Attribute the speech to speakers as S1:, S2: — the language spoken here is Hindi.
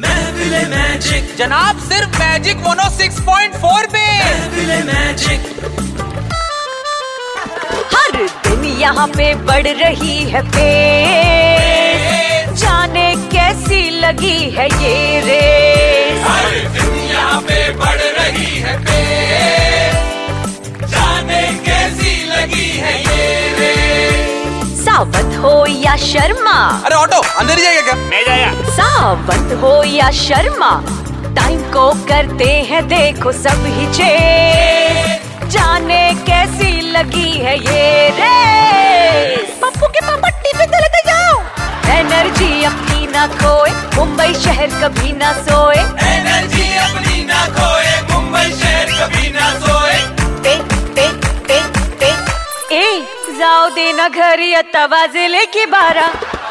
S1: महफिले मैजिक
S2: जनाब सिर्फ मैजिक मोनो 6.4 पे
S1: महफिले मैजिक
S3: हर दिन यहाँ पे बढ़ रही है पेस जाने कैसी लगी है ये रेस
S1: हर दुनिया पे बढ़ रही है पेड़। जाने कैसी लगी है ये रेस।
S3: सावत हो या शर्मा
S2: अरे ऑटो अंदर ही जाएगा क्या
S4: मैं जाया
S3: सावत हो या शर्मा टाइम को करते हैं देखो सब ही चेस जाने कैसी लगी है ये रेस पप्पू के पापा टीवी पे लेते जाओ एनर्जी अपनी ना खोए मुंबई शहर कभी ना सोए
S1: एनर्जी अपनी ना खोए मुंबई शहर कभी ना सोए
S3: पे पे पे पे ए जाओ देना घरी आता वाजे लेके बारा